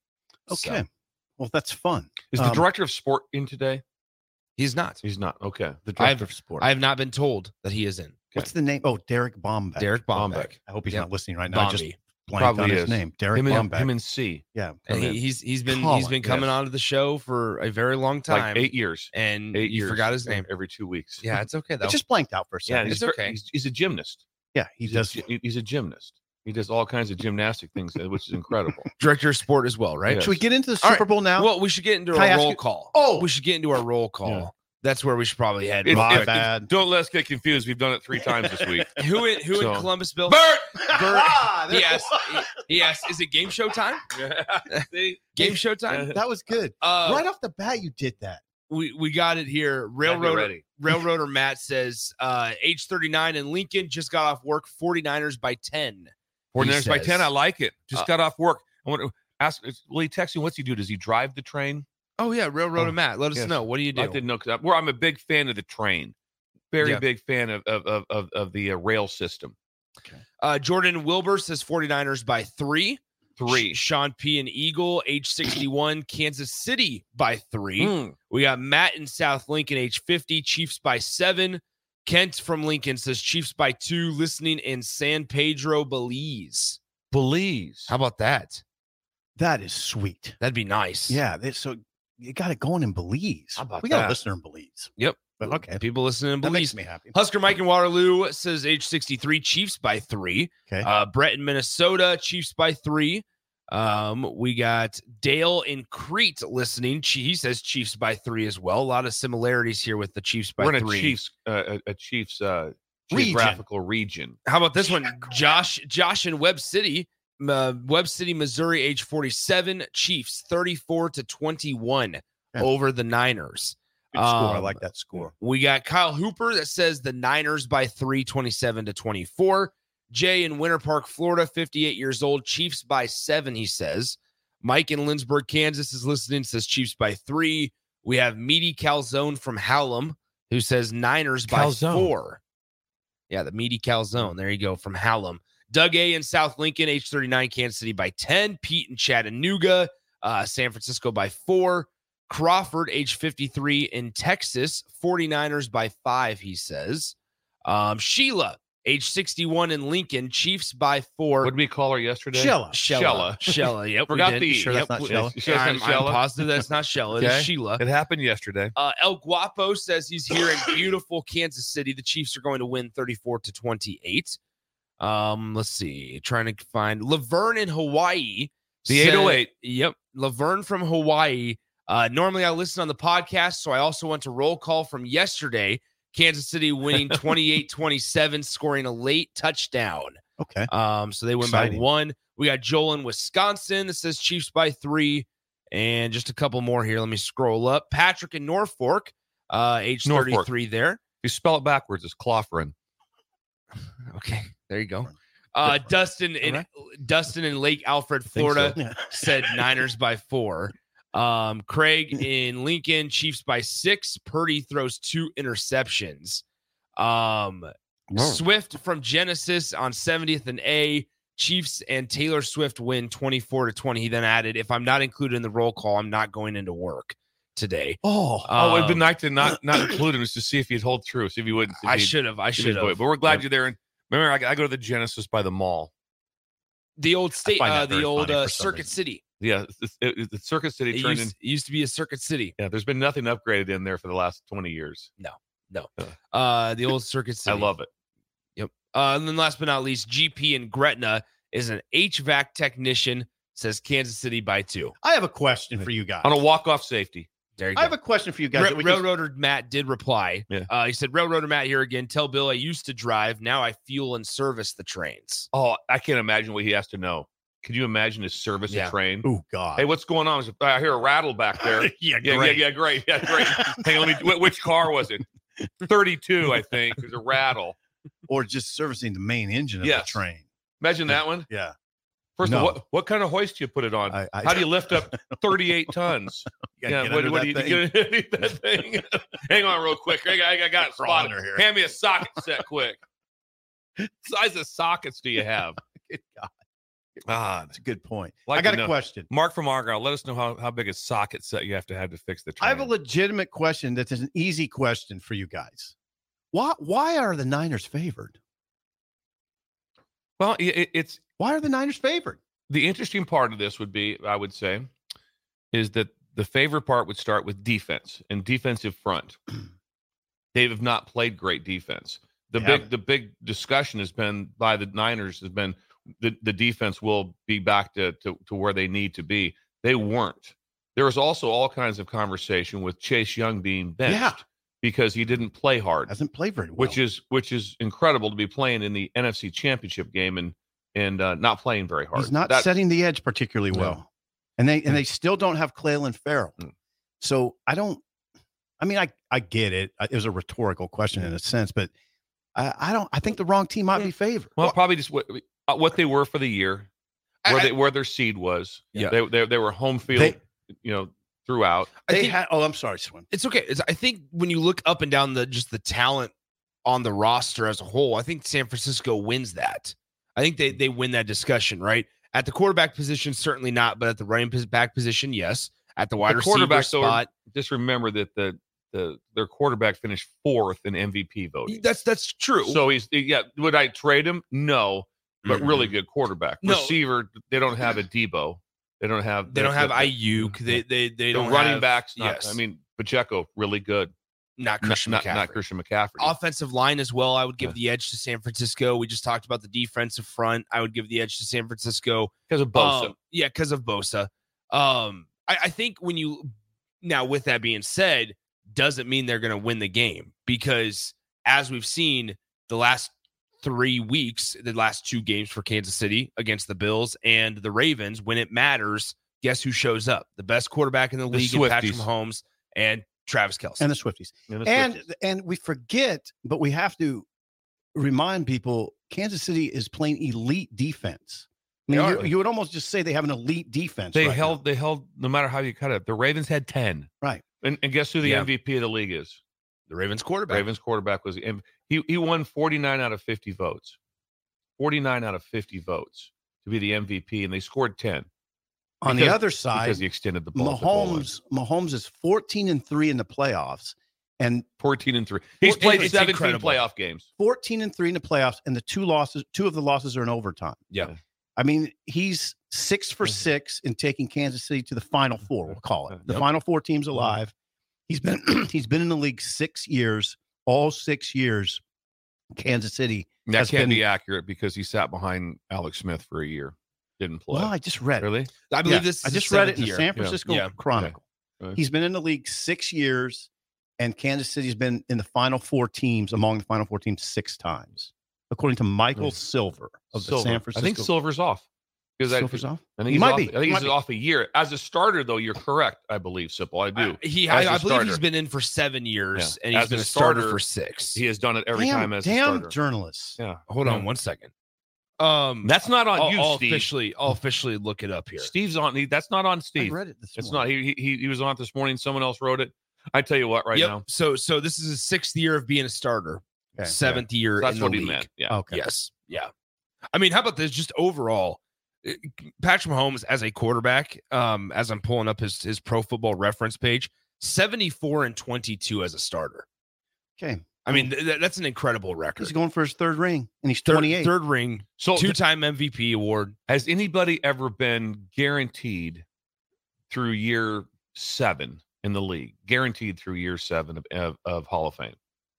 [SPEAKER 3] Okay.
[SPEAKER 2] So,
[SPEAKER 3] Well, that's fun.
[SPEAKER 4] Is the
[SPEAKER 3] Um,
[SPEAKER 4] director of sport in today?
[SPEAKER 2] he's not.
[SPEAKER 4] He's not. Okay.
[SPEAKER 3] The
[SPEAKER 2] I've-
[SPEAKER 3] director of sport.
[SPEAKER 2] I have not been told that he is in.
[SPEAKER 3] What's the name? Oh, Derek Bombeck.
[SPEAKER 2] Derek Bombeck.
[SPEAKER 3] I hope he's
[SPEAKER 2] Yep.
[SPEAKER 3] not listening right now. I just
[SPEAKER 2] Bombi.
[SPEAKER 3] blanked on
[SPEAKER 4] Probably
[SPEAKER 3] his
[SPEAKER 4] is.
[SPEAKER 3] name. Derek
[SPEAKER 4] Him and, uh,
[SPEAKER 3] Bombeck.
[SPEAKER 4] him and C.
[SPEAKER 3] yeah.
[SPEAKER 2] And he- he's he's been he's
[SPEAKER 3] Colin,
[SPEAKER 2] been coming
[SPEAKER 4] yes.
[SPEAKER 2] onto the show for a very long time.
[SPEAKER 4] Like eight years.
[SPEAKER 2] and
[SPEAKER 4] Eight
[SPEAKER 2] you
[SPEAKER 4] years.
[SPEAKER 2] forgot his name.
[SPEAKER 4] Every two weeks.
[SPEAKER 2] Yeah, it's okay though.
[SPEAKER 3] I just blanked out for a
[SPEAKER 4] Yeah. and
[SPEAKER 3] second.
[SPEAKER 4] He's,
[SPEAKER 2] It's
[SPEAKER 4] ver-
[SPEAKER 2] okay.
[SPEAKER 4] He's, he's a gymnast.
[SPEAKER 3] Yeah, he
[SPEAKER 4] He's a
[SPEAKER 3] does.
[SPEAKER 4] gy- he's a gymnast. He does all kinds of gymnastic things, uh, which is incredible.
[SPEAKER 2] Director of sport as well, right?
[SPEAKER 4] Yeah.
[SPEAKER 3] Should we get into the
[SPEAKER 2] All
[SPEAKER 3] Super Bowl now?
[SPEAKER 2] Well, we should get into
[SPEAKER 3] Can I
[SPEAKER 2] our
[SPEAKER 3] ask
[SPEAKER 2] roll
[SPEAKER 3] you-
[SPEAKER 2] call.
[SPEAKER 3] Oh!
[SPEAKER 2] we should get into our roll call.
[SPEAKER 4] Yeah.
[SPEAKER 2] That's where we should probably head.
[SPEAKER 4] It's-
[SPEAKER 3] My
[SPEAKER 4] it's-
[SPEAKER 3] bad.
[SPEAKER 4] Don't let us get confused. We've done it three times this week.
[SPEAKER 2] who in who in
[SPEAKER 4] So-
[SPEAKER 2] Columbus, Bill?
[SPEAKER 4] Bert!
[SPEAKER 2] Bert-
[SPEAKER 3] Ah, there
[SPEAKER 2] he
[SPEAKER 3] it
[SPEAKER 2] asked, he, he asked, is it game show time?
[SPEAKER 4] See?
[SPEAKER 2] Game show time?
[SPEAKER 3] was. that was good.
[SPEAKER 2] Uh,
[SPEAKER 3] right off the bat, you did that.
[SPEAKER 2] we, we got it here.
[SPEAKER 4] Railroad.
[SPEAKER 2] Railroader, Railroader Matt says, uh, age 39 in Lincoln, just got off work, 49ers by 10.
[SPEAKER 4] Four
[SPEAKER 2] He
[SPEAKER 4] niners by
[SPEAKER 2] says.
[SPEAKER 4] ten. I like it. Just
[SPEAKER 2] Uh,
[SPEAKER 4] got off work. I want to ask. is- Will he text me? What's he do? Does he drive the train?
[SPEAKER 2] Oh, yeah, Railroader
[SPEAKER 4] Oh,
[SPEAKER 2] Matt, let us
[SPEAKER 4] yes.
[SPEAKER 2] know. What do you do?
[SPEAKER 4] I didn't know. Cause I, well, I'm a big fan of the train. Very
[SPEAKER 2] Yeah.
[SPEAKER 4] big fan of of of of, of the uh, rail system.
[SPEAKER 2] Uh, Jordan Wilbur says 49ers by three.
[SPEAKER 4] three.
[SPEAKER 2] Sean P. and Eagle, age 61, Kansas City by three.
[SPEAKER 3] Hmm.
[SPEAKER 4] Mm.
[SPEAKER 2] We got Matt in South Lincoln, age 50, Chiefs by seven. Kent from Lincoln says Chiefs by two, listening in San Pedro, Belize.
[SPEAKER 4] Belize.
[SPEAKER 2] How about that?
[SPEAKER 3] That is sweet.
[SPEAKER 2] That'd be nice.
[SPEAKER 3] Yeah. They, so you got it going in Belize.
[SPEAKER 4] How about
[SPEAKER 3] we got
[SPEAKER 4] that?
[SPEAKER 3] a listener in Belize.
[SPEAKER 2] Yep.
[SPEAKER 3] But okay.
[SPEAKER 2] People listening in
[SPEAKER 3] That
[SPEAKER 2] Belize.
[SPEAKER 3] makes me happy.
[SPEAKER 2] Husker Mike in Waterloo says age 63, Chiefs by three.
[SPEAKER 3] Okay.
[SPEAKER 2] Uh, Brett in Minnesota, Chiefs by three. Um, we got Dale in Crete listening. Chi- He says Chiefs by three as well. A lot of similarities here with the Chiefs by
[SPEAKER 4] We're in
[SPEAKER 2] three.
[SPEAKER 4] a Chiefs, uh, a, a Chiefs uh,
[SPEAKER 3] Region.
[SPEAKER 4] geographical region.
[SPEAKER 2] How about this one? Josh, Josh in Web City, uh, Web City, Missouri, age 47, Chiefs 34 to 21
[SPEAKER 3] Yeah.
[SPEAKER 2] over the Niners.
[SPEAKER 3] Good score. I
[SPEAKER 2] Um,
[SPEAKER 3] like that score.
[SPEAKER 2] We got Kyle Hooper that says the Niners by three, 27 to 24. Jay in Winter Park, Florida, 58 years old. Chiefs by seven, he says. Mike in Lindsburg, Kansas is listening, says Chiefs by three. We have Meaty Calzone from Hallam who says Niners
[SPEAKER 4] Calzone.
[SPEAKER 2] by four. Yeah, the Meaty Calzone. There you go from Hallam. Doug A in South Lincoln, age 39, Kansas City by 10. Pete in Chattanooga, uh, San Francisco by four. Crawford, age 53, in Texas, 49ers by five, he says. Um, Sheila, age 61, in Lincoln, Chiefs by four.
[SPEAKER 4] What did we call her yesterday?
[SPEAKER 3] Shella.
[SPEAKER 2] Shella.
[SPEAKER 4] Shella.
[SPEAKER 2] Shella. Yep. we
[SPEAKER 4] Forgot
[SPEAKER 2] did.
[SPEAKER 4] the E.
[SPEAKER 2] Sure, yep,
[SPEAKER 3] that's not
[SPEAKER 2] we-
[SPEAKER 3] Shella?
[SPEAKER 4] You sure that's
[SPEAKER 2] I'm,
[SPEAKER 4] not
[SPEAKER 2] I'm
[SPEAKER 4] Shella?
[SPEAKER 2] positive that's not Shella.
[SPEAKER 4] Okay.
[SPEAKER 2] It's Sheila.
[SPEAKER 4] It happened yesterday.
[SPEAKER 2] Uh, El Guapo says he's here in beautiful Kansas City. The Chiefs are going to win 34 to 28. Um, let's see. Trying to find Laverne in Hawaii.
[SPEAKER 4] The
[SPEAKER 2] said-
[SPEAKER 4] 808.
[SPEAKER 2] Yep. Laverne from Hawaii. Uh, normally I listen on the podcast, so I also went to roll call from yesterday. Kansas City winning 28 27, scoring a late touchdown.
[SPEAKER 3] Okay.
[SPEAKER 2] Um, so they win by
[SPEAKER 3] Exciting.
[SPEAKER 2] one. We got Joel in Wisconsin that says Chiefs by three, and just a couple more here. Let me scroll up. Patrick in Norfolk, uh, age
[SPEAKER 4] Norfolk.
[SPEAKER 2] thirty-three. There.
[SPEAKER 4] If you spell it backwards, it's Clofferin.
[SPEAKER 2] Okay, there you go. Uh, Dustin in
[SPEAKER 3] Alright.
[SPEAKER 2] Dustin in Lake Alfred, Florida,
[SPEAKER 3] Yeah.
[SPEAKER 2] said Niners by four. Um, Craig in Lincoln, Chiefs by six. Purdy throws two interceptions. Um, Swift from Genesis on 70th and A. Chiefs and Taylor Swift win 24 to 20. He then added, if I'm not included in the roll call, I'm not going into work today.
[SPEAKER 3] Oh,
[SPEAKER 4] oh, it'd been
[SPEAKER 2] Um,
[SPEAKER 4] nice to not not include him just to see if he'd hold true, see if he wouldn't. see if
[SPEAKER 2] I
[SPEAKER 4] he'd-
[SPEAKER 2] should have.
[SPEAKER 4] see
[SPEAKER 2] I
[SPEAKER 4] if
[SPEAKER 2] should
[SPEAKER 4] he'd do it.
[SPEAKER 2] have.
[SPEAKER 4] But we're glad you're there. And remember, I, I go to the Genesis by the mall.
[SPEAKER 2] The old state,
[SPEAKER 4] find that
[SPEAKER 2] uh, the
[SPEAKER 4] very
[SPEAKER 2] old
[SPEAKER 4] funny
[SPEAKER 2] uh,
[SPEAKER 4] for some
[SPEAKER 2] Circuit
[SPEAKER 4] reason.
[SPEAKER 2] City.
[SPEAKER 4] Yeah, it's, it, it, the Circuit City
[SPEAKER 2] It
[SPEAKER 4] turned in.
[SPEAKER 2] used, it used to be a Circuit City.
[SPEAKER 4] Yeah, there's been nothing upgraded in there for the last 20 years.
[SPEAKER 2] Uh, the old Circuit City.
[SPEAKER 4] I love it.
[SPEAKER 2] Uh, and then last but not least, GP in Gretna is an HVAC technician. Says Kansas City by two.
[SPEAKER 3] I have a question for you guys.
[SPEAKER 4] On a walk off safety.
[SPEAKER 2] There you go.
[SPEAKER 3] I have a question for you guys.
[SPEAKER 2] Ra-
[SPEAKER 3] that we can-
[SPEAKER 2] Railroader Matt did reply.
[SPEAKER 4] Yeah.
[SPEAKER 2] Uh, he said, Railroader Matt here again. Tell Bill I used to drive. Now I fuel and service the trains.
[SPEAKER 4] Oh, I can't imagine what he has to know. Could you imagine his service
[SPEAKER 2] Yeah.
[SPEAKER 4] a train?
[SPEAKER 3] oh God.
[SPEAKER 4] Hey, what's going on? Is- I hear a rattle back there.
[SPEAKER 3] yeah,
[SPEAKER 4] Yeah,
[SPEAKER 3] great.
[SPEAKER 4] yeah, yeah, great. Yeah, great. Hang on, let me, wh- which car was it? 32, I think. There's a rattle.
[SPEAKER 3] Or just servicing the main engine of
[SPEAKER 4] Yes.
[SPEAKER 3] the train.
[SPEAKER 4] Imagine that one.
[SPEAKER 3] Yeah.
[SPEAKER 4] First of
[SPEAKER 3] No.
[SPEAKER 4] all, what, what kind of hoist do you put it on?
[SPEAKER 3] I, I,
[SPEAKER 4] How do you lift up 38 tons?
[SPEAKER 3] you gotta get
[SPEAKER 4] what,
[SPEAKER 3] under
[SPEAKER 4] what do
[SPEAKER 3] that
[SPEAKER 4] you,
[SPEAKER 3] thing.
[SPEAKER 4] you gotta- that thing? Hang on, real quick. I, got- I got it
[SPEAKER 3] Crawl
[SPEAKER 4] spotted.
[SPEAKER 3] under here.
[SPEAKER 4] Hand me a socket set, quick. What size of sockets do you have?
[SPEAKER 3] Good God.
[SPEAKER 4] Ah,
[SPEAKER 3] That's a good point.
[SPEAKER 4] Like
[SPEAKER 3] I got
[SPEAKER 4] to
[SPEAKER 3] a
[SPEAKER 4] know.
[SPEAKER 3] question.
[SPEAKER 4] Mark from Argyle, let us know how, how big a socket set you have to have to fix the train.
[SPEAKER 3] I have a legitimate question that's an easy question for you guys. Why why are the Niners favored?
[SPEAKER 4] well, i- i- it's
[SPEAKER 3] Why are the Niners favored?
[SPEAKER 4] the interesting part of this would be, I would say, is that the favorite part would start with defense and defensive front. they have not played great defense. The
[SPEAKER 3] They
[SPEAKER 4] big
[SPEAKER 3] haven't.
[SPEAKER 4] the big discussion has been by the Niners has been the, the defense will be back to, to to where they need to be. They weren't. There was also all kinds of conversation with Chase Young being benched
[SPEAKER 3] Yeah.
[SPEAKER 4] because he didn't play hard.
[SPEAKER 3] Hasn't played very well.
[SPEAKER 4] which is which is incredible to be playing in the NFC Championship game and and uh, not playing very hard.
[SPEAKER 3] he's not
[SPEAKER 4] That-
[SPEAKER 3] setting the edge particularly
[SPEAKER 4] No. Hmm.
[SPEAKER 3] well. And they and they still don't have Clayland Farrell.
[SPEAKER 4] Mm.
[SPEAKER 3] So I don't I mean I I get it. I- It was a rhetorical question in a sense, but I, I don't I think the wrong team might be favored.
[SPEAKER 4] Well, probably just what uh, what they were for the year, where
[SPEAKER 2] I-
[SPEAKER 4] they where their seed was.
[SPEAKER 2] Yeah.
[SPEAKER 4] they they, they were home field, you know, throughout.
[SPEAKER 2] I
[SPEAKER 3] they
[SPEAKER 2] think-
[SPEAKER 3] had oh I'm sorry, Swim.
[SPEAKER 2] It's okay. It's, I think when you look up and down the just the talent on the roster as a whole, I think San Francisco wins that. I think they they win that discussion, right? At the quarterback position, certainly not, but at the running pos- back position, yes. At the wide
[SPEAKER 4] the
[SPEAKER 2] receiver
[SPEAKER 4] quarterback though,
[SPEAKER 2] spot,
[SPEAKER 4] just remember that the the their quarterback finished fourth in MVP voting.
[SPEAKER 2] that's that's true.
[SPEAKER 4] So he's yeah. Would I trade him? No, but
[SPEAKER 2] Mm-hmm.
[SPEAKER 4] really good quarterback.
[SPEAKER 2] No.
[SPEAKER 4] Receiver, they don't have a Debo. They don't have.
[SPEAKER 2] they don't
[SPEAKER 4] the-
[SPEAKER 2] have
[SPEAKER 4] the-
[SPEAKER 2] Ayuk. They they they
[SPEAKER 4] the
[SPEAKER 2] don't
[SPEAKER 4] running
[SPEAKER 2] have-
[SPEAKER 4] backs. Not,
[SPEAKER 2] yes.
[SPEAKER 4] I mean Pacheco, really good.
[SPEAKER 2] not
[SPEAKER 4] Not-
[SPEAKER 2] Christian
[SPEAKER 4] not,
[SPEAKER 2] McCaffrey.
[SPEAKER 4] not Christian McCaffrey.
[SPEAKER 2] offensive line as well. I would give the edge to San Francisco. We just talked about the defensive front. I would give the edge to San Francisco.
[SPEAKER 4] because of Bosa.
[SPEAKER 2] Um, yeah, because of Bosa. Um, I, I think when you now, with that being said, doesn't mean they're going to win the game because as we've seen the last three weeks, the last two games for Kansas City against the Bills and the Ravens, when it matters, guess who shows up? The best quarterback in the,
[SPEAKER 4] The
[SPEAKER 2] league, in Patrick
[SPEAKER 4] Swifties.
[SPEAKER 2] Mahomes and Travis Kelsey.
[SPEAKER 3] and the Swifties.
[SPEAKER 4] And the
[SPEAKER 3] and
[SPEAKER 4] Swifties.
[SPEAKER 3] and we forget, but we have to remind people: Kansas City is playing elite defense. I
[SPEAKER 4] They
[SPEAKER 3] mean,
[SPEAKER 4] are.
[SPEAKER 3] you, you would almost just say they have an elite defense.
[SPEAKER 4] they
[SPEAKER 3] right
[SPEAKER 4] held.
[SPEAKER 3] now.
[SPEAKER 4] They held. No matter how you cut it, the Ravens had ten.
[SPEAKER 3] Right.
[SPEAKER 4] And, and guess who the
[SPEAKER 2] Yeah.
[SPEAKER 4] MVP of the league is?
[SPEAKER 2] the Ravens quarterback.
[SPEAKER 4] Ravens quarterback was and he he won 49 out of 50 votes. 49 out of 50 votes to be the MVP and they scored 10
[SPEAKER 3] on the
[SPEAKER 4] because-
[SPEAKER 3] other side.
[SPEAKER 4] because he extended the ball. at the goal line.
[SPEAKER 3] Mahomes Mahomes is fourteen and three in the playoffs, and
[SPEAKER 4] 14 and 3. He's played
[SPEAKER 2] It's
[SPEAKER 4] 17
[SPEAKER 2] incredible.
[SPEAKER 4] playoff games.
[SPEAKER 3] fourteen and three in the playoffs, and the two losses, two of the losses are in overtime.
[SPEAKER 2] Yeah.
[SPEAKER 3] I mean, he's six
[SPEAKER 4] Mm-hmm.
[SPEAKER 3] for six in taking Kansas City to the final four. We'll call it the
[SPEAKER 4] Yep. Mm-hmm.
[SPEAKER 3] final four teams alive. He's been he's been in the league six years, all six years. Kansas City.
[SPEAKER 4] That
[SPEAKER 3] Has
[SPEAKER 4] can't
[SPEAKER 3] been-
[SPEAKER 4] be accurate because he sat behind Alex Smith for a year. Didn't play.
[SPEAKER 3] Well, I just read. it.
[SPEAKER 4] really?
[SPEAKER 2] I believe
[SPEAKER 3] Yeah,
[SPEAKER 2] this. Is
[SPEAKER 3] I
[SPEAKER 2] his
[SPEAKER 3] just read it
[SPEAKER 2] seventh
[SPEAKER 3] in the
[SPEAKER 2] year.
[SPEAKER 3] San Francisco
[SPEAKER 2] Yeah.
[SPEAKER 3] Chronicle.
[SPEAKER 4] Okay.
[SPEAKER 3] He's been in the league six years, and Kansas City's been in the final four teams among the final four teams six times, according to Michael
[SPEAKER 4] Nice.
[SPEAKER 3] Silver
[SPEAKER 4] Hmm.
[SPEAKER 3] of
[SPEAKER 4] Silver.
[SPEAKER 3] the San Francisco.
[SPEAKER 4] I think Silver's off. Because I, I
[SPEAKER 3] Silver's
[SPEAKER 4] think
[SPEAKER 3] off.
[SPEAKER 4] he's
[SPEAKER 3] He might
[SPEAKER 4] off,
[SPEAKER 3] be.
[SPEAKER 4] I think
[SPEAKER 3] He
[SPEAKER 4] he's
[SPEAKER 3] might be.
[SPEAKER 4] off a year. As a starter, though, you're correct, I believe, Simple. I do.
[SPEAKER 2] I, he,
[SPEAKER 4] As
[SPEAKER 2] I,
[SPEAKER 4] a
[SPEAKER 2] I believe he's
[SPEAKER 4] starter.
[SPEAKER 2] been in for seven years,
[SPEAKER 4] Yeah.
[SPEAKER 2] and he's
[SPEAKER 4] As
[SPEAKER 2] been
[SPEAKER 4] a
[SPEAKER 2] a starter,
[SPEAKER 4] starter,
[SPEAKER 2] for six.
[SPEAKER 4] he has done it every
[SPEAKER 3] damn,
[SPEAKER 4] time as
[SPEAKER 3] damn
[SPEAKER 4] a starter.
[SPEAKER 3] journalists.
[SPEAKER 4] Yeah.
[SPEAKER 2] Hold
[SPEAKER 4] Yeah.
[SPEAKER 2] on one second. Um,
[SPEAKER 4] That's not on
[SPEAKER 2] I'll,
[SPEAKER 4] you,
[SPEAKER 2] I'll
[SPEAKER 4] Steve.
[SPEAKER 2] officially, I'll officially look it up here.
[SPEAKER 4] Steve's on. He, that's not on
[SPEAKER 3] I
[SPEAKER 4] Steve.
[SPEAKER 3] read it this
[SPEAKER 4] It's not.
[SPEAKER 3] morning.
[SPEAKER 4] He, he he was on it this morning. Someone else wrote it. I tell you what, right
[SPEAKER 2] yep.
[SPEAKER 4] now,
[SPEAKER 2] So, so this is his sixth year of being a starter,
[SPEAKER 3] Okay.
[SPEAKER 2] seventh year.
[SPEAKER 4] that's
[SPEAKER 2] in the
[SPEAKER 4] what he
[SPEAKER 2] league.
[SPEAKER 4] meant. Yeah.
[SPEAKER 3] Okay.
[SPEAKER 2] Yes. Yeah. I mean, how about this? Just overall, uh, Patrick Mahomes as a quarterback, um, as I'm pulling up his his Pro Football Reference page, 74 and 22 as a starter.
[SPEAKER 3] Okay.
[SPEAKER 2] I mean, th- th- that's an incredible record.
[SPEAKER 3] He's going for his third ring, and he's
[SPEAKER 2] Third-
[SPEAKER 3] 28.
[SPEAKER 2] third ring,
[SPEAKER 4] So th-
[SPEAKER 2] two-time MVP award.
[SPEAKER 4] has anybody ever been guaranteed through year seven in the league? Guaranteed through year seven of of, of Hall of Fame.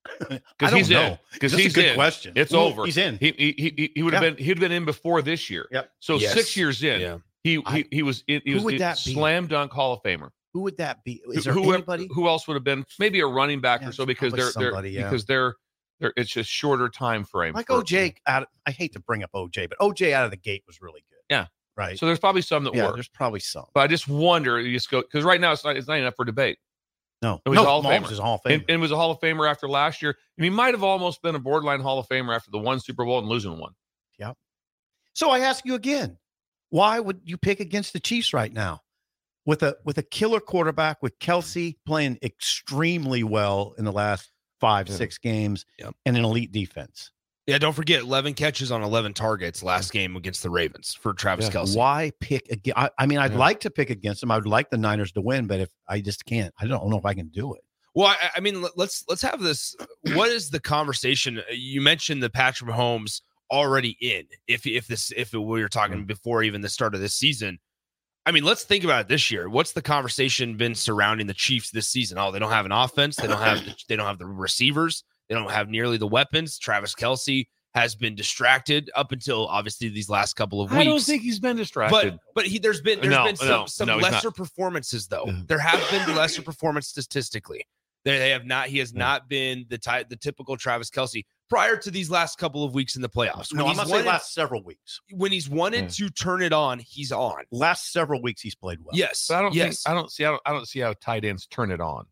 [SPEAKER 3] I
[SPEAKER 4] Because
[SPEAKER 3] don't
[SPEAKER 4] he's in.
[SPEAKER 3] know.
[SPEAKER 4] Because
[SPEAKER 3] That's
[SPEAKER 4] he's
[SPEAKER 3] a good
[SPEAKER 4] in.
[SPEAKER 3] question.
[SPEAKER 4] It's
[SPEAKER 3] Well,
[SPEAKER 4] over.
[SPEAKER 3] He's in.
[SPEAKER 4] He he he, he would have
[SPEAKER 3] Yeah.
[SPEAKER 4] been he'd been in before this year.
[SPEAKER 3] Yep.
[SPEAKER 4] So
[SPEAKER 2] Yes.
[SPEAKER 4] six years in, he, he he was in, he
[SPEAKER 3] Who
[SPEAKER 4] was
[SPEAKER 3] would
[SPEAKER 4] in-
[SPEAKER 3] that be?
[SPEAKER 4] slam dunk Hall of Famer.
[SPEAKER 3] Who would that be? Is
[SPEAKER 4] Who-
[SPEAKER 3] there
[SPEAKER 4] who,
[SPEAKER 3] anybody?
[SPEAKER 4] who else would have been maybe a running back
[SPEAKER 3] Yeah,
[SPEAKER 4] or so because
[SPEAKER 3] probably
[SPEAKER 4] they're they're
[SPEAKER 3] somebody, yeah.
[SPEAKER 4] because they're they're it's just shorter time frame.
[SPEAKER 3] Like
[SPEAKER 4] for-
[SPEAKER 3] OJ. Out of, I hate to bring up OJ, but OJ out of the gate was really good.
[SPEAKER 4] Yeah.
[SPEAKER 3] Right.
[SPEAKER 4] So there's probably some that
[SPEAKER 3] yeah,
[SPEAKER 4] work.
[SPEAKER 3] there's probably some.
[SPEAKER 4] But I just wonder, you just go because right now it's not it's not even up for debate.
[SPEAKER 3] No,
[SPEAKER 4] It was
[SPEAKER 3] no,
[SPEAKER 4] a Hall of
[SPEAKER 3] Mahomes
[SPEAKER 4] Famer.
[SPEAKER 3] is a Hall of Famer.
[SPEAKER 4] And, and was a Hall of Famer after last year, and he might have almost been a borderline Hall of Famer after the one Super Bowl and losing one.
[SPEAKER 3] So I ask you again, why would you pick against the Chiefs right now? With a with a killer quarterback with Kelsey playing extremely well in the last five,
[SPEAKER 4] Yeah.
[SPEAKER 3] six games
[SPEAKER 2] Yep.
[SPEAKER 3] and an elite defense.
[SPEAKER 2] Yeah, don't forget 11 catches on 11 targets last game against the Ravens for Travis
[SPEAKER 4] Yeah.
[SPEAKER 2] Kelsey.
[SPEAKER 3] Why pick again? I, I mean, I'd
[SPEAKER 4] Yeah.
[SPEAKER 3] like to pick against them. I would like the Niners to win, but if I just can't, I don't know if I can do it.
[SPEAKER 2] Well, I, I mean, let- let's let's have this. What is the conversation? Uh, You mentioned the Patrick Mahomes already in. If if this if we were
[SPEAKER 4] Mm.
[SPEAKER 2] talking before even the start of this season, I mean, let's think about it this year. What's the conversation been surrounding the Chiefs this season? Oh, they don't have an offense. They don't have the, they don't have the receivers. They don't have nearly the weapons. Travis Kelsey has been distracted up until obviously these last couple of weeks.
[SPEAKER 4] I don't think he's been distracted.
[SPEAKER 2] But but he there's been there's
[SPEAKER 4] No,
[SPEAKER 2] been some,
[SPEAKER 4] no,
[SPEAKER 2] some
[SPEAKER 4] no, he's
[SPEAKER 2] lesser performances though.
[SPEAKER 4] Yeah.
[SPEAKER 2] There have been lesser performance statistically. They, they have not. He has
[SPEAKER 4] Yeah.
[SPEAKER 2] not been the type the typical Travis Kelsey prior to these last couple of weeks in the playoffs. When
[SPEAKER 3] No, I'm
[SPEAKER 2] Oh, he's
[SPEAKER 3] not
[SPEAKER 2] wanted,
[SPEAKER 3] saying last several weeks.
[SPEAKER 2] when he's wanted
[SPEAKER 4] Yeah.
[SPEAKER 2] to turn it on, he's on.
[SPEAKER 3] Last several weeks he's played well.
[SPEAKER 2] Yes,
[SPEAKER 4] But I don't
[SPEAKER 2] yes.
[SPEAKER 4] think I don't see I don't, I don't see how tight ends turn it on.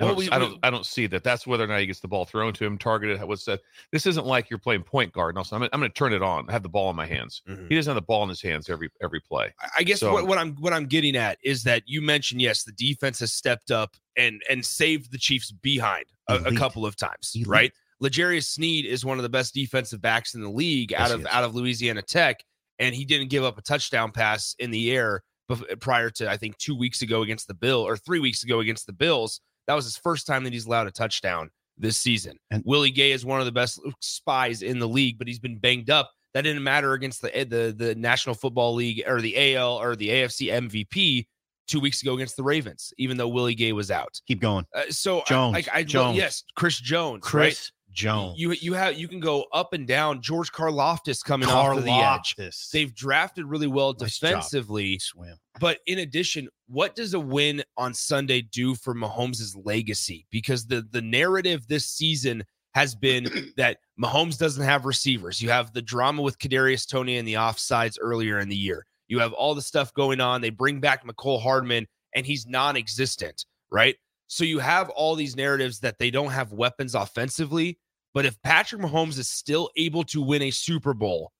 [SPEAKER 4] I
[SPEAKER 2] Well,
[SPEAKER 4] don't,
[SPEAKER 2] we-
[SPEAKER 4] I
[SPEAKER 2] we-
[SPEAKER 4] don't I don't see that. That's whether or not he gets the ball thrown to him, targeted. how- What's that? This isn't like you're playing point guard. And also, I'm gonna, I'm going to turn it on. I have the ball in my hands.
[SPEAKER 2] Mhm.
[SPEAKER 4] He doesn't have the ball in his hands every every play.
[SPEAKER 2] I- I guess
[SPEAKER 4] So-
[SPEAKER 2] what, what I'm what I'm getting at is that you mentioned yes, the defense has stepped up and and saved the Chiefs behind a, a
[SPEAKER 3] Elite.
[SPEAKER 2] couple of times,
[SPEAKER 3] Elite.
[SPEAKER 2] right? Legarius Sneed is one of the best defensive backs in the league out
[SPEAKER 3] Yes,
[SPEAKER 2] of
[SPEAKER 3] he is.
[SPEAKER 2] out of Louisiana Tech, and he didn't give up a touchdown pass in the air bef- prior to I think two weeks ago against the Bill or three weeks ago against the Bills. That was his first time that he's allowed a touchdown this season.
[SPEAKER 3] And-
[SPEAKER 2] Willie Gay is one of the best spies in the league, but he's been banged up. That didn't matter against the the the National Football League or the AL or the AFC MVP two weeks ago against the Ravens, even though Willie Gay was out.
[SPEAKER 3] Keep going.
[SPEAKER 2] Uh, so
[SPEAKER 3] Jones,
[SPEAKER 2] I, like I
[SPEAKER 3] Jones.
[SPEAKER 2] yes, Chris Jones, right?
[SPEAKER 3] Chris Jones.
[SPEAKER 2] You you have you can go up and down. George Karloftis coming off to the edge.
[SPEAKER 3] Karlaftis.
[SPEAKER 2] They've drafted really well
[SPEAKER 3] Nice job.
[SPEAKER 2] defensively,
[SPEAKER 3] swim.
[SPEAKER 2] but in addition, what does a win on Sunday do for Mahomes' legacy? Because the the narrative this season has been that Mahomes doesn't have receivers. You have the drama with Kadarius Tony and the offsides earlier in the year. You have all the stuff going on. They bring back McCole Hardman, and he's non-existent, right? So you have all these narratives that they don't have weapons offensively. But if Patrick Mahomes is still able to win a Super Bowl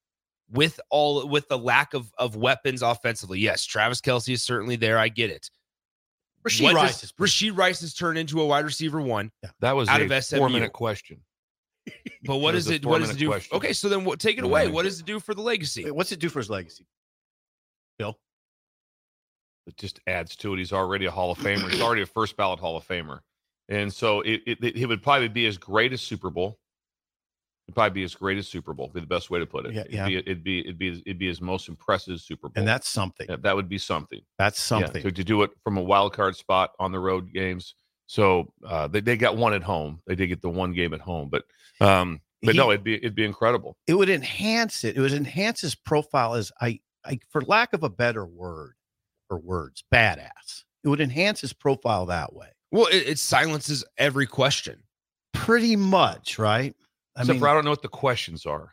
[SPEAKER 2] with all with the lack of of weapons offensively, yes, Travis Kelsey is certainly there. I get it.
[SPEAKER 3] Rasheed
[SPEAKER 2] What
[SPEAKER 3] Rice
[SPEAKER 2] does-
[SPEAKER 3] is-
[SPEAKER 2] Rasheed Rice has turned into a wide receiver one.
[SPEAKER 4] That was
[SPEAKER 2] Out
[SPEAKER 4] a
[SPEAKER 2] of SMU.
[SPEAKER 4] four minute question.
[SPEAKER 2] But what
[SPEAKER 4] That
[SPEAKER 2] is
[SPEAKER 4] was a
[SPEAKER 2] it? What does it
[SPEAKER 4] four-minute
[SPEAKER 2] do?
[SPEAKER 4] question.
[SPEAKER 2] Okay, so then what, take it
[SPEAKER 4] Four
[SPEAKER 2] away.
[SPEAKER 4] minutes.
[SPEAKER 2] What does it do for the legacy?
[SPEAKER 3] Wait, what's it do for his legacy? Bill.
[SPEAKER 4] It just adds to it. He's already a Hall of Famer. He's already a first ballot Hall of Famer. And so it, it, it, it would probably be his greatest Super Bowl. It'd probably be his greatest Super Bowl. Be the best way to put it.
[SPEAKER 3] Yeah,
[SPEAKER 4] it'd,
[SPEAKER 3] yeah.
[SPEAKER 4] Be, it'd be it'd be it'd be his most impressive Super Bowl.
[SPEAKER 3] And that's something.
[SPEAKER 4] Yeah, that would be something.
[SPEAKER 3] That's
[SPEAKER 4] Yeah,
[SPEAKER 3] something.
[SPEAKER 4] to, to do it from a wild card spot on the road games. So uh, they they got one at home. They did get the one game at home, but um, but
[SPEAKER 3] He-
[SPEAKER 4] no, it'd be it'd be incredible.
[SPEAKER 3] it would enhance it. It would enhance his profile as I, I for lack of a better word or words, badass. It would enhance his profile that way.
[SPEAKER 2] well, it, it silences every question.
[SPEAKER 3] Pretty much, right? I
[SPEAKER 4] Except
[SPEAKER 3] mean,
[SPEAKER 4] for I don't know what the questions are.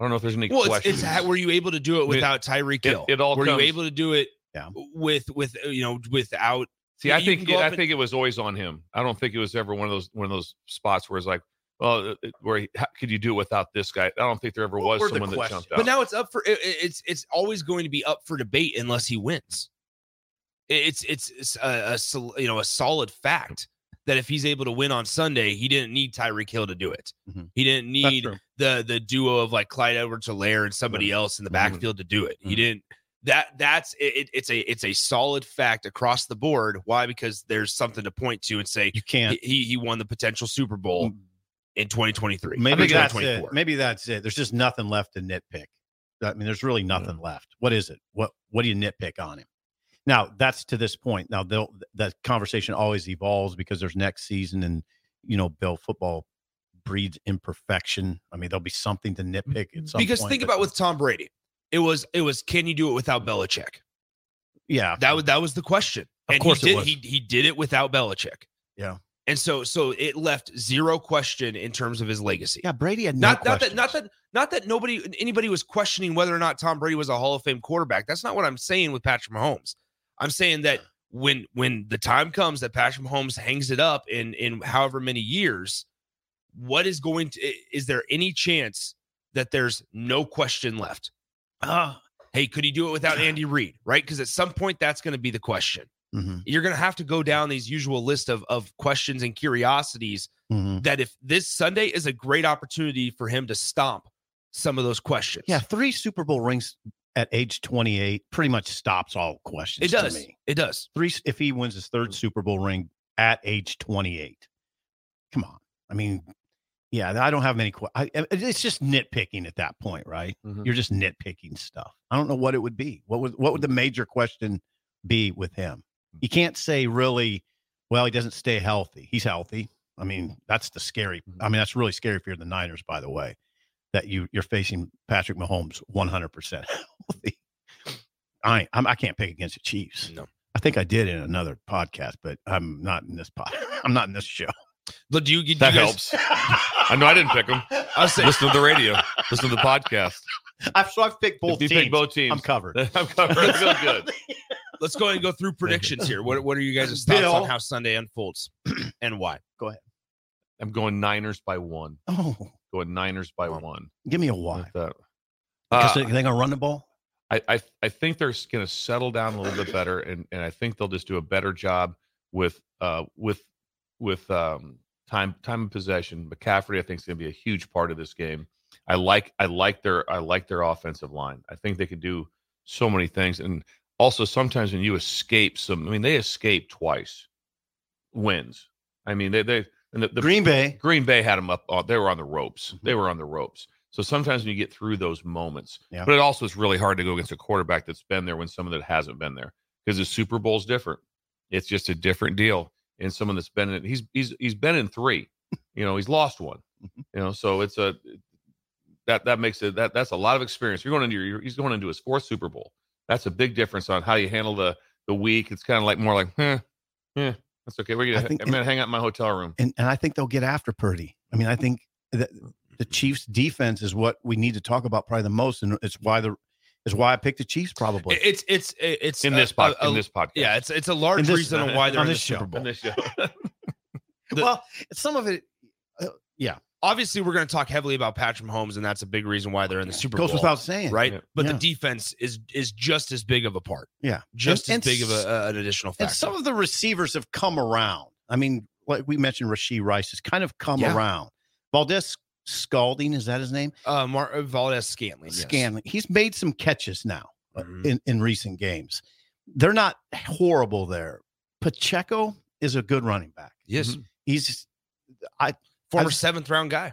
[SPEAKER 4] I don't know if there's any
[SPEAKER 2] Well, it's,
[SPEAKER 4] questions.
[SPEAKER 2] it's how, were you able to do it without Tyreek
[SPEAKER 4] it-
[SPEAKER 2] Hill?
[SPEAKER 4] it all
[SPEAKER 2] were
[SPEAKER 4] comes-
[SPEAKER 2] you able to do it
[SPEAKER 3] Yeah.
[SPEAKER 2] with with uh, you know without
[SPEAKER 4] See,
[SPEAKER 2] you-
[SPEAKER 4] I
[SPEAKER 2] you
[SPEAKER 4] think
[SPEAKER 2] can go
[SPEAKER 4] I
[SPEAKER 2] up and-
[SPEAKER 4] think it was always on him. I don't think it was ever one of those one of those spots where it's like, well, uh, where he, how could you do it without this guy? I don't think there ever was
[SPEAKER 3] What were the
[SPEAKER 4] someone that
[SPEAKER 3] questions?
[SPEAKER 4] jumped out.
[SPEAKER 2] But now it's up for it, it- it's it's always going to be up for debate unless he wins. It- It's it's, it's a, a sol- you know a solid fact that if he's able to win on Sunday, he didn't need Tyreek Hill to do it.
[SPEAKER 3] Mhm.
[SPEAKER 2] He didn't
[SPEAKER 3] that's
[SPEAKER 2] need
[SPEAKER 3] true.
[SPEAKER 2] the the duo of like Clyde Edwards Hilaire and
[SPEAKER 3] Mm-hmm.
[SPEAKER 2] somebody else in the
[SPEAKER 4] Mhm.
[SPEAKER 2] backfield to do it. He
[SPEAKER 4] Mhm.
[SPEAKER 2] didn't that that's it, it- it's a it's a solid fact across the board. Why? Because there's something to point to and say
[SPEAKER 3] you can't. Mm.
[SPEAKER 2] he- he he won the potential Super Bowl in 2023.
[SPEAKER 3] Maybe
[SPEAKER 2] or
[SPEAKER 3] that's it. Maybe that's it. There's just nothing left to nitpick. I mean, there's really nothing left. What is it? What What do you nitpick on him? Now that's to this point. Now they'll that conversation always evolves because there's next season, and you know, Bill football breeds imperfection. I mean, there'll be something to nitpick at some
[SPEAKER 2] Mm-hmm. because
[SPEAKER 3] point,
[SPEAKER 2] think
[SPEAKER 3] but-
[SPEAKER 2] about with Tom Brady, it was it was can you do it without Belichick?
[SPEAKER 3] yeah,
[SPEAKER 2] That was that was the question.
[SPEAKER 3] Of
[SPEAKER 2] and
[SPEAKER 3] course
[SPEAKER 2] he
[SPEAKER 3] it
[SPEAKER 2] did,
[SPEAKER 3] was.
[SPEAKER 2] He he did it without Belichick.
[SPEAKER 3] Yeah.
[SPEAKER 2] and so so it left zero question in terms of his legacy.
[SPEAKER 3] yeah. Brady had no
[SPEAKER 2] not not that not
[SPEAKER 3] questions.
[SPEAKER 2] that not that nobody anybody was questioning whether or not Tom Brady was a Hall of Fame quarterback. That's not what I'm saying with Patrick Mahomes. I'm saying that when when the time comes that Patrick Mahomes hangs it up in in however many years, what is going to is there any chance that there's no question left?
[SPEAKER 3] Ah.
[SPEAKER 2] Hey, could he do it without Andy Reid? Right? Because at some point that's going to be the question.
[SPEAKER 3] Mhm,
[SPEAKER 2] You're going to have to go down these usual list of of questions and curiosities
[SPEAKER 3] mhm.
[SPEAKER 2] that if this Sunday is a great opportunity for him to stomp some of those questions.
[SPEAKER 3] Yeah, three Super Bowl rings at age 28 pretty much stops all questions.
[SPEAKER 2] it
[SPEAKER 3] To
[SPEAKER 2] does.
[SPEAKER 3] me.
[SPEAKER 2] It does.
[SPEAKER 3] three if he wins his third Super Bowl ring at age 28. Come on. I mean, yeah, I don't have many que- I, I- it's just nitpicking at that point, right?
[SPEAKER 4] Mhm.
[SPEAKER 3] You're just nitpicking stuff. I don't know what it would be. What would what would the major question be with him? You can't say really, well, he doesn't stay healthy. He's healthy. I mean, that's the scary. I mean, that's really scary if you're the Niners, by the way, that you you're facing Patrick Mahomes 100% healthy. I I'm, I can't pick against the Chiefs.
[SPEAKER 2] No.
[SPEAKER 3] I think I did in another podcast, but I'm not in this pod. I'm not in this show.
[SPEAKER 2] Look, do you, do you
[SPEAKER 4] that
[SPEAKER 2] guys-
[SPEAKER 4] helps. I know I didn't pick him.
[SPEAKER 2] I was saying,
[SPEAKER 4] Listen to the radio. Listen to the podcast.
[SPEAKER 3] I've, so I've picked both
[SPEAKER 4] if you
[SPEAKER 3] teams.
[SPEAKER 4] pick both teams,
[SPEAKER 3] I'm covered.
[SPEAKER 4] I'm covered. I feel good.
[SPEAKER 2] let's go ahead and go through predictions here. What what are you guys' thoughts
[SPEAKER 3] Bill.
[SPEAKER 2] on how Sunday unfolds and why?
[SPEAKER 4] I'm going Niners by one.
[SPEAKER 3] Oh,
[SPEAKER 4] Going Niners by one.
[SPEAKER 3] give me a why.
[SPEAKER 4] With that.
[SPEAKER 3] Because
[SPEAKER 4] Uh,
[SPEAKER 3] they, they gonna run the ball.
[SPEAKER 4] I, I I think they're going to settle down a little bit better, and and I think they'll just do a better job with uh with with um time time of possession. McCaffrey, I think, is going to be a huge part of this game. I like I like their I like their offensive line. I think they could do so many things. And also sometimes when you escape some, I mean they escaped twice wins. I mean they they and the, the
[SPEAKER 3] Green Bay. Mm-hmm.
[SPEAKER 4] Green Bay had them up. On, they were on the ropes. They were on the ropes. So sometimes when you get through those moments,
[SPEAKER 3] Yeah.
[SPEAKER 4] but it also is really hard to go against a quarterback that's been there when someone that hasn't been there because the Super Bowl's different. It's just a different deal. And someone that's been in it, he's he's he's been in three. You know, he's lost one.
[SPEAKER 3] Mm-hmm.
[SPEAKER 4] You know, so it's a that that makes it that that's a lot of experience. You're going into your you're- he's going into his fourth Super Bowl. That's a big difference on how you handle the the week. It's kind of like more like, huh, yeah, that's okay. We're
[SPEAKER 3] I
[SPEAKER 4] gonna
[SPEAKER 3] think-
[SPEAKER 4] I'm gonna hang out in my hotel room.
[SPEAKER 3] and and I think they'll get after Purdy. I mean, I think that the Chiefs' defense is what we need to talk about probably the most, and it's why the is why I picked the Chiefs probably.
[SPEAKER 2] It's it's it's uh,
[SPEAKER 4] in this
[SPEAKER 2] a-
[SPEAKER 4] pod,
[SPEAKER 2] a-
[SPEAKER 4] in this podcast.
[SPEAKER 2] Yeah, it's it's a large
[SPEAKER 3] In this-
[SPEAKER 2] reason of why they're
[SPEAKER 3] on
[SPEAKER 2] in the
[SPEAKER 3] this show.
[SPEAKER 2] Super Bowl.
[SPEAKER 4] In this show.
[SPEAKER 2] the-
[SPEAKER 3] well, some of it
[SPEAKER 2] Obviously, we're going to talk heavily about Patrick Mahomes, and that's a big reason why they're in the Super
[SPEAKER 3] goes
[SPEAKER 2] Bowl.
[SPEAKER 3] without saying,
[SPEAKER 2] right?
[SPEAKER 4] Yeah.
[SPEAKER 2] But
[SPEAKER 3] Yeah.
[SPEAKER 2] the defense is is just as big of a part.
[SPEAKER 3] Yeah.
[SPEAKER 2] just
[SPEAKER 3] And-
[SPEAKER 2] as big
[SPEAKER 3] and
[SPEAKER 2] of a, a- an additional
[SPEAKER 3] And
[SPEAKER 2] factor.
[SPEAKER 3] some of the receivers have come around. I mean, like we mentioned, Rasheed Rice has kind of come
[SPEAKER 2] Yeah.
[SPEAKER 3] around. Valdez Scalding is that his name?
[SPEAKER 2] uh, Mar- uh, Valdez Scantling. yes.
[SPEAKER 3] Scanlon. He's made some catches now uh,
[SPEAKER 2] Mhm.
[SPEAKER 3] in, in recent games. They're not horrible there. Pacheco is a good running back.
[SPEAKER 2] Yes,
[SPEAKER 3] He's
[SPEAKER 2] former
[SPEAKER 3] I've-
[SPEAKER 2] seventh round guy.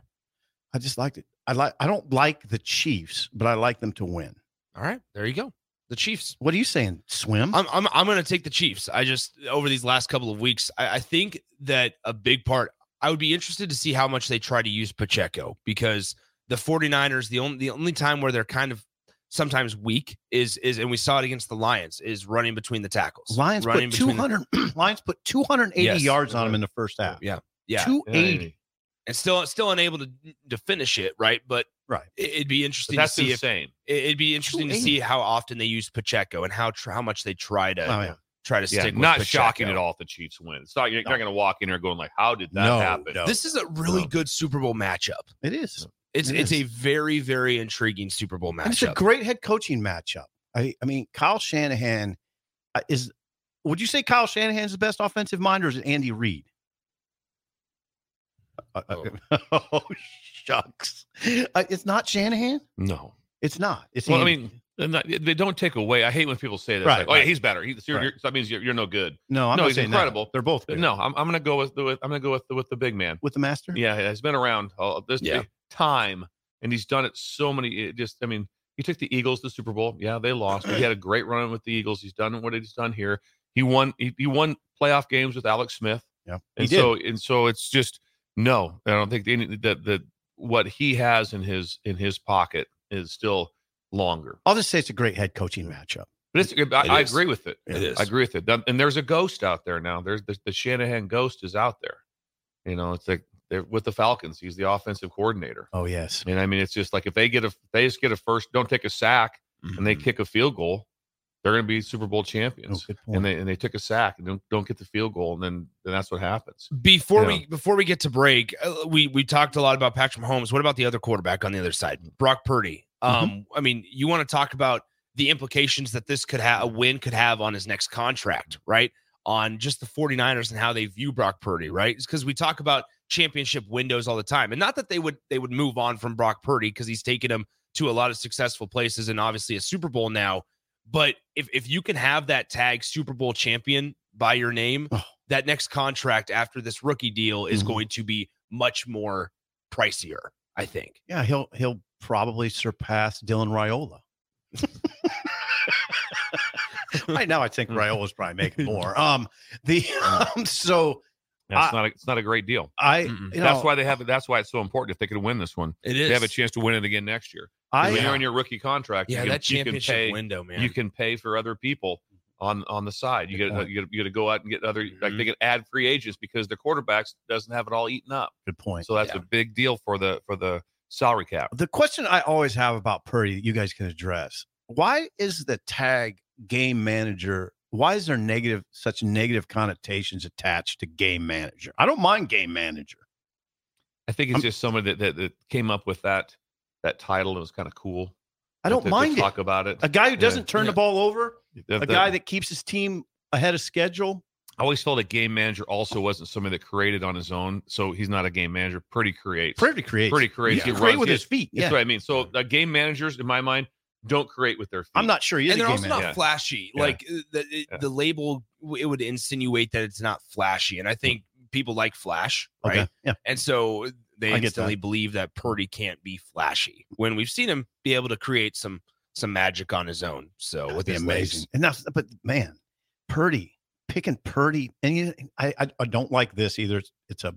[SPEAKER 3] I just liked it. I like I don't like the Chiefs, but I like them to win.
[SPEAKER 2] All right, there you go. The Chiefs.
[SPEAKER 3] What are you saying? Swim?
[SPEAKER 2] I'm I'm I'm going to take the Chiefs. I just over these last couple of weeks, I, I think that a big part. I would be interested to see how much they try to use Pacheco because the 49ers, the only the only time where they're kind of sometimes weak is is and we saw it against the Lions is running between the tackles.
[SPEAKER 3] Lions
[SPEAKER 2] running
[SPEAKER 3] put 200 Lions put 280
[SPEAKER 2] Yes.
[SPEAKER 3] yards on him in the first half.
[SPEAKER 2] Yeah. Yeah.
[SPEAKER 3] 280.
[SPEAKER 2] and still still unable to to finish it, right? But
[SPEAKER 3] Right.
[SPEAKER 2] it- it'd be
[SPEAKER 4] But
[SPEAKER 2] interesting to
[SPEAKER 4] that's
[SPEAKER 2] see if
[SPEAKER 4] insane.
[SPEAKER 2] it- it'd be interesting to see how often they use Pacheco and how tr- how much they try to
[SPEAKER 3] Oh, yeah.
[SPEAKER 2] try to
[SPEAKER 4] yeah,
[SPEAKER 2] stick. with
[SPEAKER 4] not
[SPEAKER 2] Pacheco.
[SPEAKER 4] shocking at all if the Chiefs win. It's not you're not going to walk in there going like, how did that
[SPEAKER 3] No,
[SPEAKER 4] happen?
[SPEAKER 3] no.
[SPEAKER 2] This is a really
[SPEAKER 4] No.
[SPEAKER 2] good Super Bowl matchup.
[SPEAKER 3] It is.
[SPEAKER 2] It's
[SPEAKER 3] It
[SPEAKER 2] it's
[SPEAKER 3] is.
[SPEAKER 2] a very very intriguing Super Bowl
[SPEAKER 3] And it's a
[SPEAKER 2] matchup.
[SPEAKER 3] great head coaching matchup. I, I mean, Kyle Shanahan uh, is. Would you say Kyle Shanahan's the best offensive mind, or is it Andy Reid? Uh, uh, oh shucks! Uh, it's not Shanahan.
[SPEAKER 4] No.
[SPEAKER 3] It's not. It's.
[SPEAKER 4] Well, I
[SPEAKER 3] Andy.
[SPEAKER 4] mean, they're not- they don't take away. I hate when people say that.
[SPEAKER 3] Right,
[SPEAKER 4] like, oh, yeah,
[SPEAKER 3] right.
[SPEAKER 4] he's better. He's, you're,
[SPEAKER 3] Right.
[SPEAKER 4] you're, that means you're, you're no good.
[SPEAKER 3] no, I'm
[SPEAKER 4] no,
[SPEAKER 3] not
[SPEAKER 4] he's
[SPEAKER 3] saying that.
[SPEAKER 4] incredible.
[SPEAKER 3] They're both good.
[SPEAKER 4] No, I'm, I'm going to go with the with, I'm going to go with the, with the big man.
[SPEAKER 3] with the master.
[SPEAKER 4] Yeah, he's been around all this eh,
[SPEAKER 2] Yeah.
[SPEAKER 4] time, and he's done it so many. It just, I mean, he took the Eagles to the Super Bowl. Yeah, they lost, but he had a great run with the Eagles. He's done what he's done here. He won. He, he won playoff games with Alex Smith,
[SPEAKER 3] yeah.
[SPEAKER 4] and so and so. It's just no. I don't think any that that what he has in his in his pocket is still longer.
[SPEAKER 3] I'll just say it's a great head coaching matchup.
[SPEAKER 4] But it's, I,
[SPEAKER 2] It
[SPEAKER 4] I
[SPEAKER 2] is.
[SPEAKER 4] agree with it.
[SPEAKER 2] It is.
[SPEAKER 4] I agree with it. And there's a ghost out there now. There's the, the Shanahan ghost is out there. You know, it's like they're with the Falcons. He's the offensive coordinator.
[SPEAKER 3] Oh yes,
[SPEAKER 4] And I mean, it's just like if they get a, they just get a first, don't take a sack, Mm-hmm. and they kick a field goal, they're going to be Super Bowl
[SPEAKER 3] oh,
[SPEAKER 4] champions.
[SPEAKER 3] good point.
[SPEAKER 4] and they and they took a sack and don't, don't get the field goal, and then then that's what happens.
[SPEAKER 2] before
[SPEAKER 4] Yeah.
[SPEAKER 2] we before we get to break, uh, we we talked a lot about Patrick Mahomes. What about the other quarterback on the other side, Brock Purdy?
[SPEAKER 3] Mm-hmm.
[SPEAKER 2] Um, I mean, you want to talk about the implications that this could have a win could have on his next contract, right? On just the 49ers and how they view Brock Purdy, right? Because we talk about championship windows all the time. And not that they would they would move on from Brock Purdy because he's taken him to a lot of successful places and obviously a Super Bowl now. But if if you can have that tag Super Bowl champion by your name,
[SPEAKER 3] Oh.
[SPEAKER 2] that next contract after this rookie deal is
[SPEAKER 4] Mm-hmm.
[SPEAKER 3] Mhm.
[SPEAKER 2] going to be much more pricier, I think.
[SPEAKER 3] yeah, he'll he'll probably surpass Dylan Raiola. right now, I think Raiola's probably making more. Um, the um, so
[SPEAKER 4] That's
[SPEAKER 3] I-
[SPEAKER 4] not a, it's not a great deal.
[SPEAKER 3] I you
[SPEAKER 2] Mm-mm.
[SPEAKER 3] know,
[SPEAKER 4] that's why they have it. That's why it's so important if they could win this one.
[SPEAKER 2] It
[SPEAKER 4] They have a chance to win it again next year. 'Cause
[SPEAKER 3] I
[SPEAKER 4] when you're on your rookie contract, you
[SPEAKER 2] yeah,
[SPEAKER 4] can-
[SPEAKER 2] that
[SPEAKER 4] you can
[SPEAKER 2] championship
[SPEAKER 4] pay-
[SPEAKER 2] window, man.
[SPEAKER 4] you can pay for other people on on the side. You
[SPEAKER 3] Good
[SPEAKER 4] got
[SPEAKER 3] point.
[SPEAKER 4] you got you got to go out and get other like they can add free agents because the quarterbacks doesn't have it all eaten up.
[SPEAKER 3] good point.
[SPEAKER 4] So that's
[SPEAKER 2] Yeah.
[SPEAKER 4] a big deal for the for the salary cap.
[SPEAKER 3] The question I always have about Purdy, that you guys can address: Why is the tag game manager? Why is there negative such negative connotations attached to game manager? I don't mind game manager.
[SPEAKER 4] I think it's
[SPEAKER 3] I'm-
[SPEAKER 4] just someone that, that that came up with that that title and was kind of cool.
[SPEAKER 3] I don't
[SPEAKER 4] to- to
[SPEAKER 3] mind it.
[SPEAKER 4] Talk about it.
[SPEAKER 3] A guy who
[SPEAKER 4] Yeah.
[SPEAKER 3] doesn't turn
[SPEAKER 2] Yeah.
[SPEAKER 3] the ball over,
[SPEAKER 4] The-
[SPEAKER 3] a
[SPEAKER 4] the-
[SPEAKER 3] guy that keeps his team ahead of schedule.
[SPEAKER 4] I always felt a game manager also wasn't somebody that created on his own. So he's not a game manager. Pretty creates.
[SPEAKER 3] Pretty creates.
[SPEAKER 4] Pretty creates.
[SPEAKER 3] Yeah.
[SPEAKER 4] He
[SPEAKER 3] Create
[SPEAKER 4] runs-
[SPEAKER 3] with
[SPEAKER 4] he-
[SPEAKER 3] his feet.
[SPEAKER 4] That's
[SPEAKER 3] Yeah.
[SPEAKER 4] what I mean. So uh, game managers, in my mind, don't create with their feet.
[SPEAKER 3] I'm not sure. He is
[SPEAKER 2] and
[SPEAKER 3] a
[SPEAKER 2] they're
[SPEAKER 3] game
[SPEAKER 2] also not
[SPEAKER 3] manager.
[SPEAKER 2] flashy.
[SPEAKER 4] Yeah.
[SPEAKER 2] Like uh, the it-
[SPEAKER 4] Yeah.
[SPEAKER 2] the label, w- it would insinuate that it's not flashy, and I think people like flash, right?
[SPEAKER 3] Okay. Yeah.
[SPEAKER 2] And so they
[SPEAKER 3] I get
[SPEAKER 2] instantly believe that Purdy can't be flashy when we've seen him be able to create some some magic on his own. So with
[SPEAKER 3] That'd be
[SPEAKER 2] his
[SPEAKER 3] amazing.
[SPEAKER 2] legs,
[SPEAKER 3] And that's but man, Purdy picking Purdy, and you, I, I I don't like this either. It's, it's a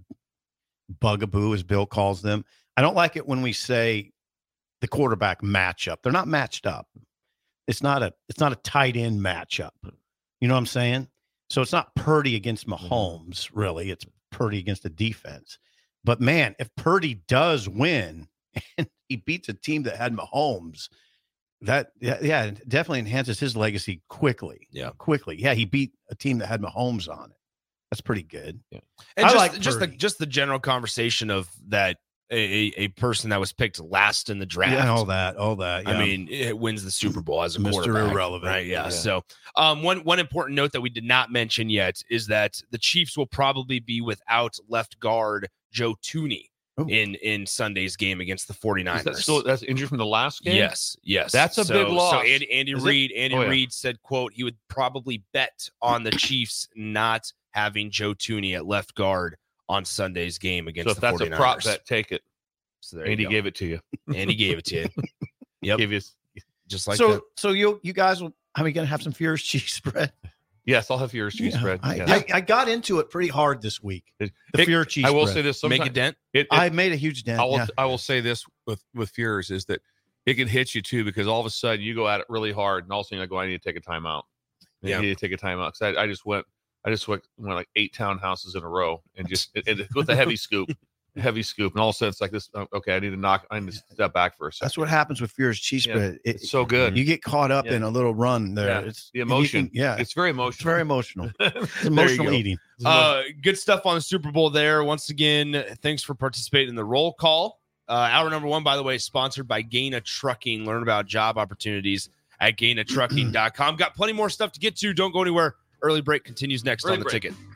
[SPEAKER 3] bugaboo, as Bill calls them. I don't like it when we say the quarterback matchup. They're not matched up. It's not a it's not a tight end matchup. You know what I'm saying? So it's not Purdy against Mahomes, really. It's Purdy against the defense. But man, if Purdy does win and he beats a team that had Mahomes, that yeah, yeah, it definitely enhances his legacy quickly.
[SPEAKER 2] Yeah.
[SPEAKER 3] quickly. Yeah, he beat a team that had Mahomes on it. That's pretty good.
[SPEAKER 2] and
[SPEAKER 3] I
[SPEAKER 2] just
[SPEAKER 3] like
[SPEAKER 2] just the
[SPEAKER 3] Purdy.
[SPEAKER 2] just the general conversation of that a, a, a person that was picked last in the draft.
[SPEAKER 3] Yeah, all that, all that.
[SPEAKER 2] I
[SPEAKER 3] yeah.
[SPEAKER 2] mean, it wins the Super Bowl as a
[SPEAKER 3] Mr.
[SPEAKER 2] quarterback,
[SPEAKER 3] Irrelevant.
[SPEAKER 2] right? Yeah.
[SPEAKER 3] Yeah.
[SPEAKER 2] So, um, one one important note that we did not mention yet is that the Chiefs will probably be without left guard Joe Tooney
[SPEAKER 3] Ooh.
[SPEAKER 2] in in Sunday's game against the
[SPEAKER 4] Is
[SPEAKER 2] 49ers.
[SPEAKER 4] that still, that's injury from the last game.
[SPEAKER 2] yes, yes.
[SPEAKER 4] That's a
[SPEAKER 2] So-
[SPEAKER 4] big
[SPEAKER 2] So
[SPEAKER 4] loss.
[SPEAKER 2] Andy, Andy
[SPEAKER 4] Is it?
[SPEAKER 2] Reid, Andy
[SPEAKER 4] Oh, yeah.
[SPEAKER 2] Reid said, "quote He would probably bet on the Chiefs not having Joe Tooney at left guard on Sunday's game
[SPEAKER 4] So
[SPEAKER 2] against
[SPEAKER 4] if
[SPEAKER 2] the
[SPEAKER 4] that's
[SPEAKER 2] 49ers."
[SPEAKER 4] a prop bet, take it.
[SPEAKER 2] so there
[SPEAKER 4] Andy
[SPEAKER 2] Andy
[SPEAKER 4] gave it to you.
[SPEAKER 2] gave Andy gave it to you, Yep.
[SPEAKER 4] Give you.
[SPEAKER 2] just like
[SPEAKER 3] so
[SPEAKER 2] that.
[SPEAKER 3] so you you guys will. Are we gonna have some fierce cheese spread?
[SPEAKER 4] Yes, I'll have yours, cheese
[SPEAKER 3] Yeah,
[SPEAKER 4] spread.
[SPEAKER 3] I,
[SPEAKER 4] Yeah.
[SPEAKER 3] I, I got into it pretty hard this week.
[SPEAKER 4] It-
[SPEAKER 3] The
[SPEAKER 4] it-
[SPEAKER 3] fear cheese.
[SPEAKER 4] I will
[SPEAKER 3] spread.
[SPEAKER 4] say this.
[SPEAKER 2] Make a
[SPEAKER 4] sometimes-
[SPEAKER 2] dent.
[SPEAKER 4] it- it-
[SPEAKER 3] I made a huge dent.
[SPEAKER 4] I will
[SPEAKER 3] yeah.
[SPEAKER 4] I will say this with with Fury's is that it can hit you too because all of a sudden you go at it really hard and all of a sudden you're like, well, I need to take a timeout. Yeah.
[SPEAKER 2] Yeah.
[SPEAKER 4] I need to take a timeout. 'Cause I, I just went I just went, went like eight townhouses in a row and just it, it- with a heavy scoop, heavy scoop, and all of a sudden it's like this. oh, Okay, I need to knock. I need to step back for a second.
[SPEAKER 3] That's what happens with fear's cheese
[SPEAKER 4] Yeah.
[SPEAKER 3] spread. It,
[SPEAKER 4] It's so good.
[SPEAKER 3] You get caught up
[SPEAKER 4] Yeah.
[SPEAKER 3] in a little run Mm-hmm. there.
[SPEAKER 4] Yeah.
[SPEAKER 3] It's
[SPEAKER 4] The
[SPEAKER 3] and you
[SPEAKER 4] emotion.
[SPEAKER 3] can- yeah,
[SPEAKER 4] it's very
[SPEAKER 3] it's very
[SPEAKER 4] emotional.
[SPEAKER 3] emotional. It's
[SPEAKER 4] There you
[SPEAKER 3] emotional
[SPEAKER 4] go.
[SPEAKER 3] eating.
[SPEAKER 2] Uh, good stuff on the Super Bowl there. Once again, thanks for participating in the roll call. Uh, hour number one, by the way, is sponsored by Gaina Trucking. Learn about job opportunities at GainaTrucking.com. Got plenty more stuff to get to. Don't go anywhere. Early break continues next
[SPEAKER 4] Early
[SPEAKER 2] on the
[SPEAKER 4] break.
[SPEAKER 2] ticket.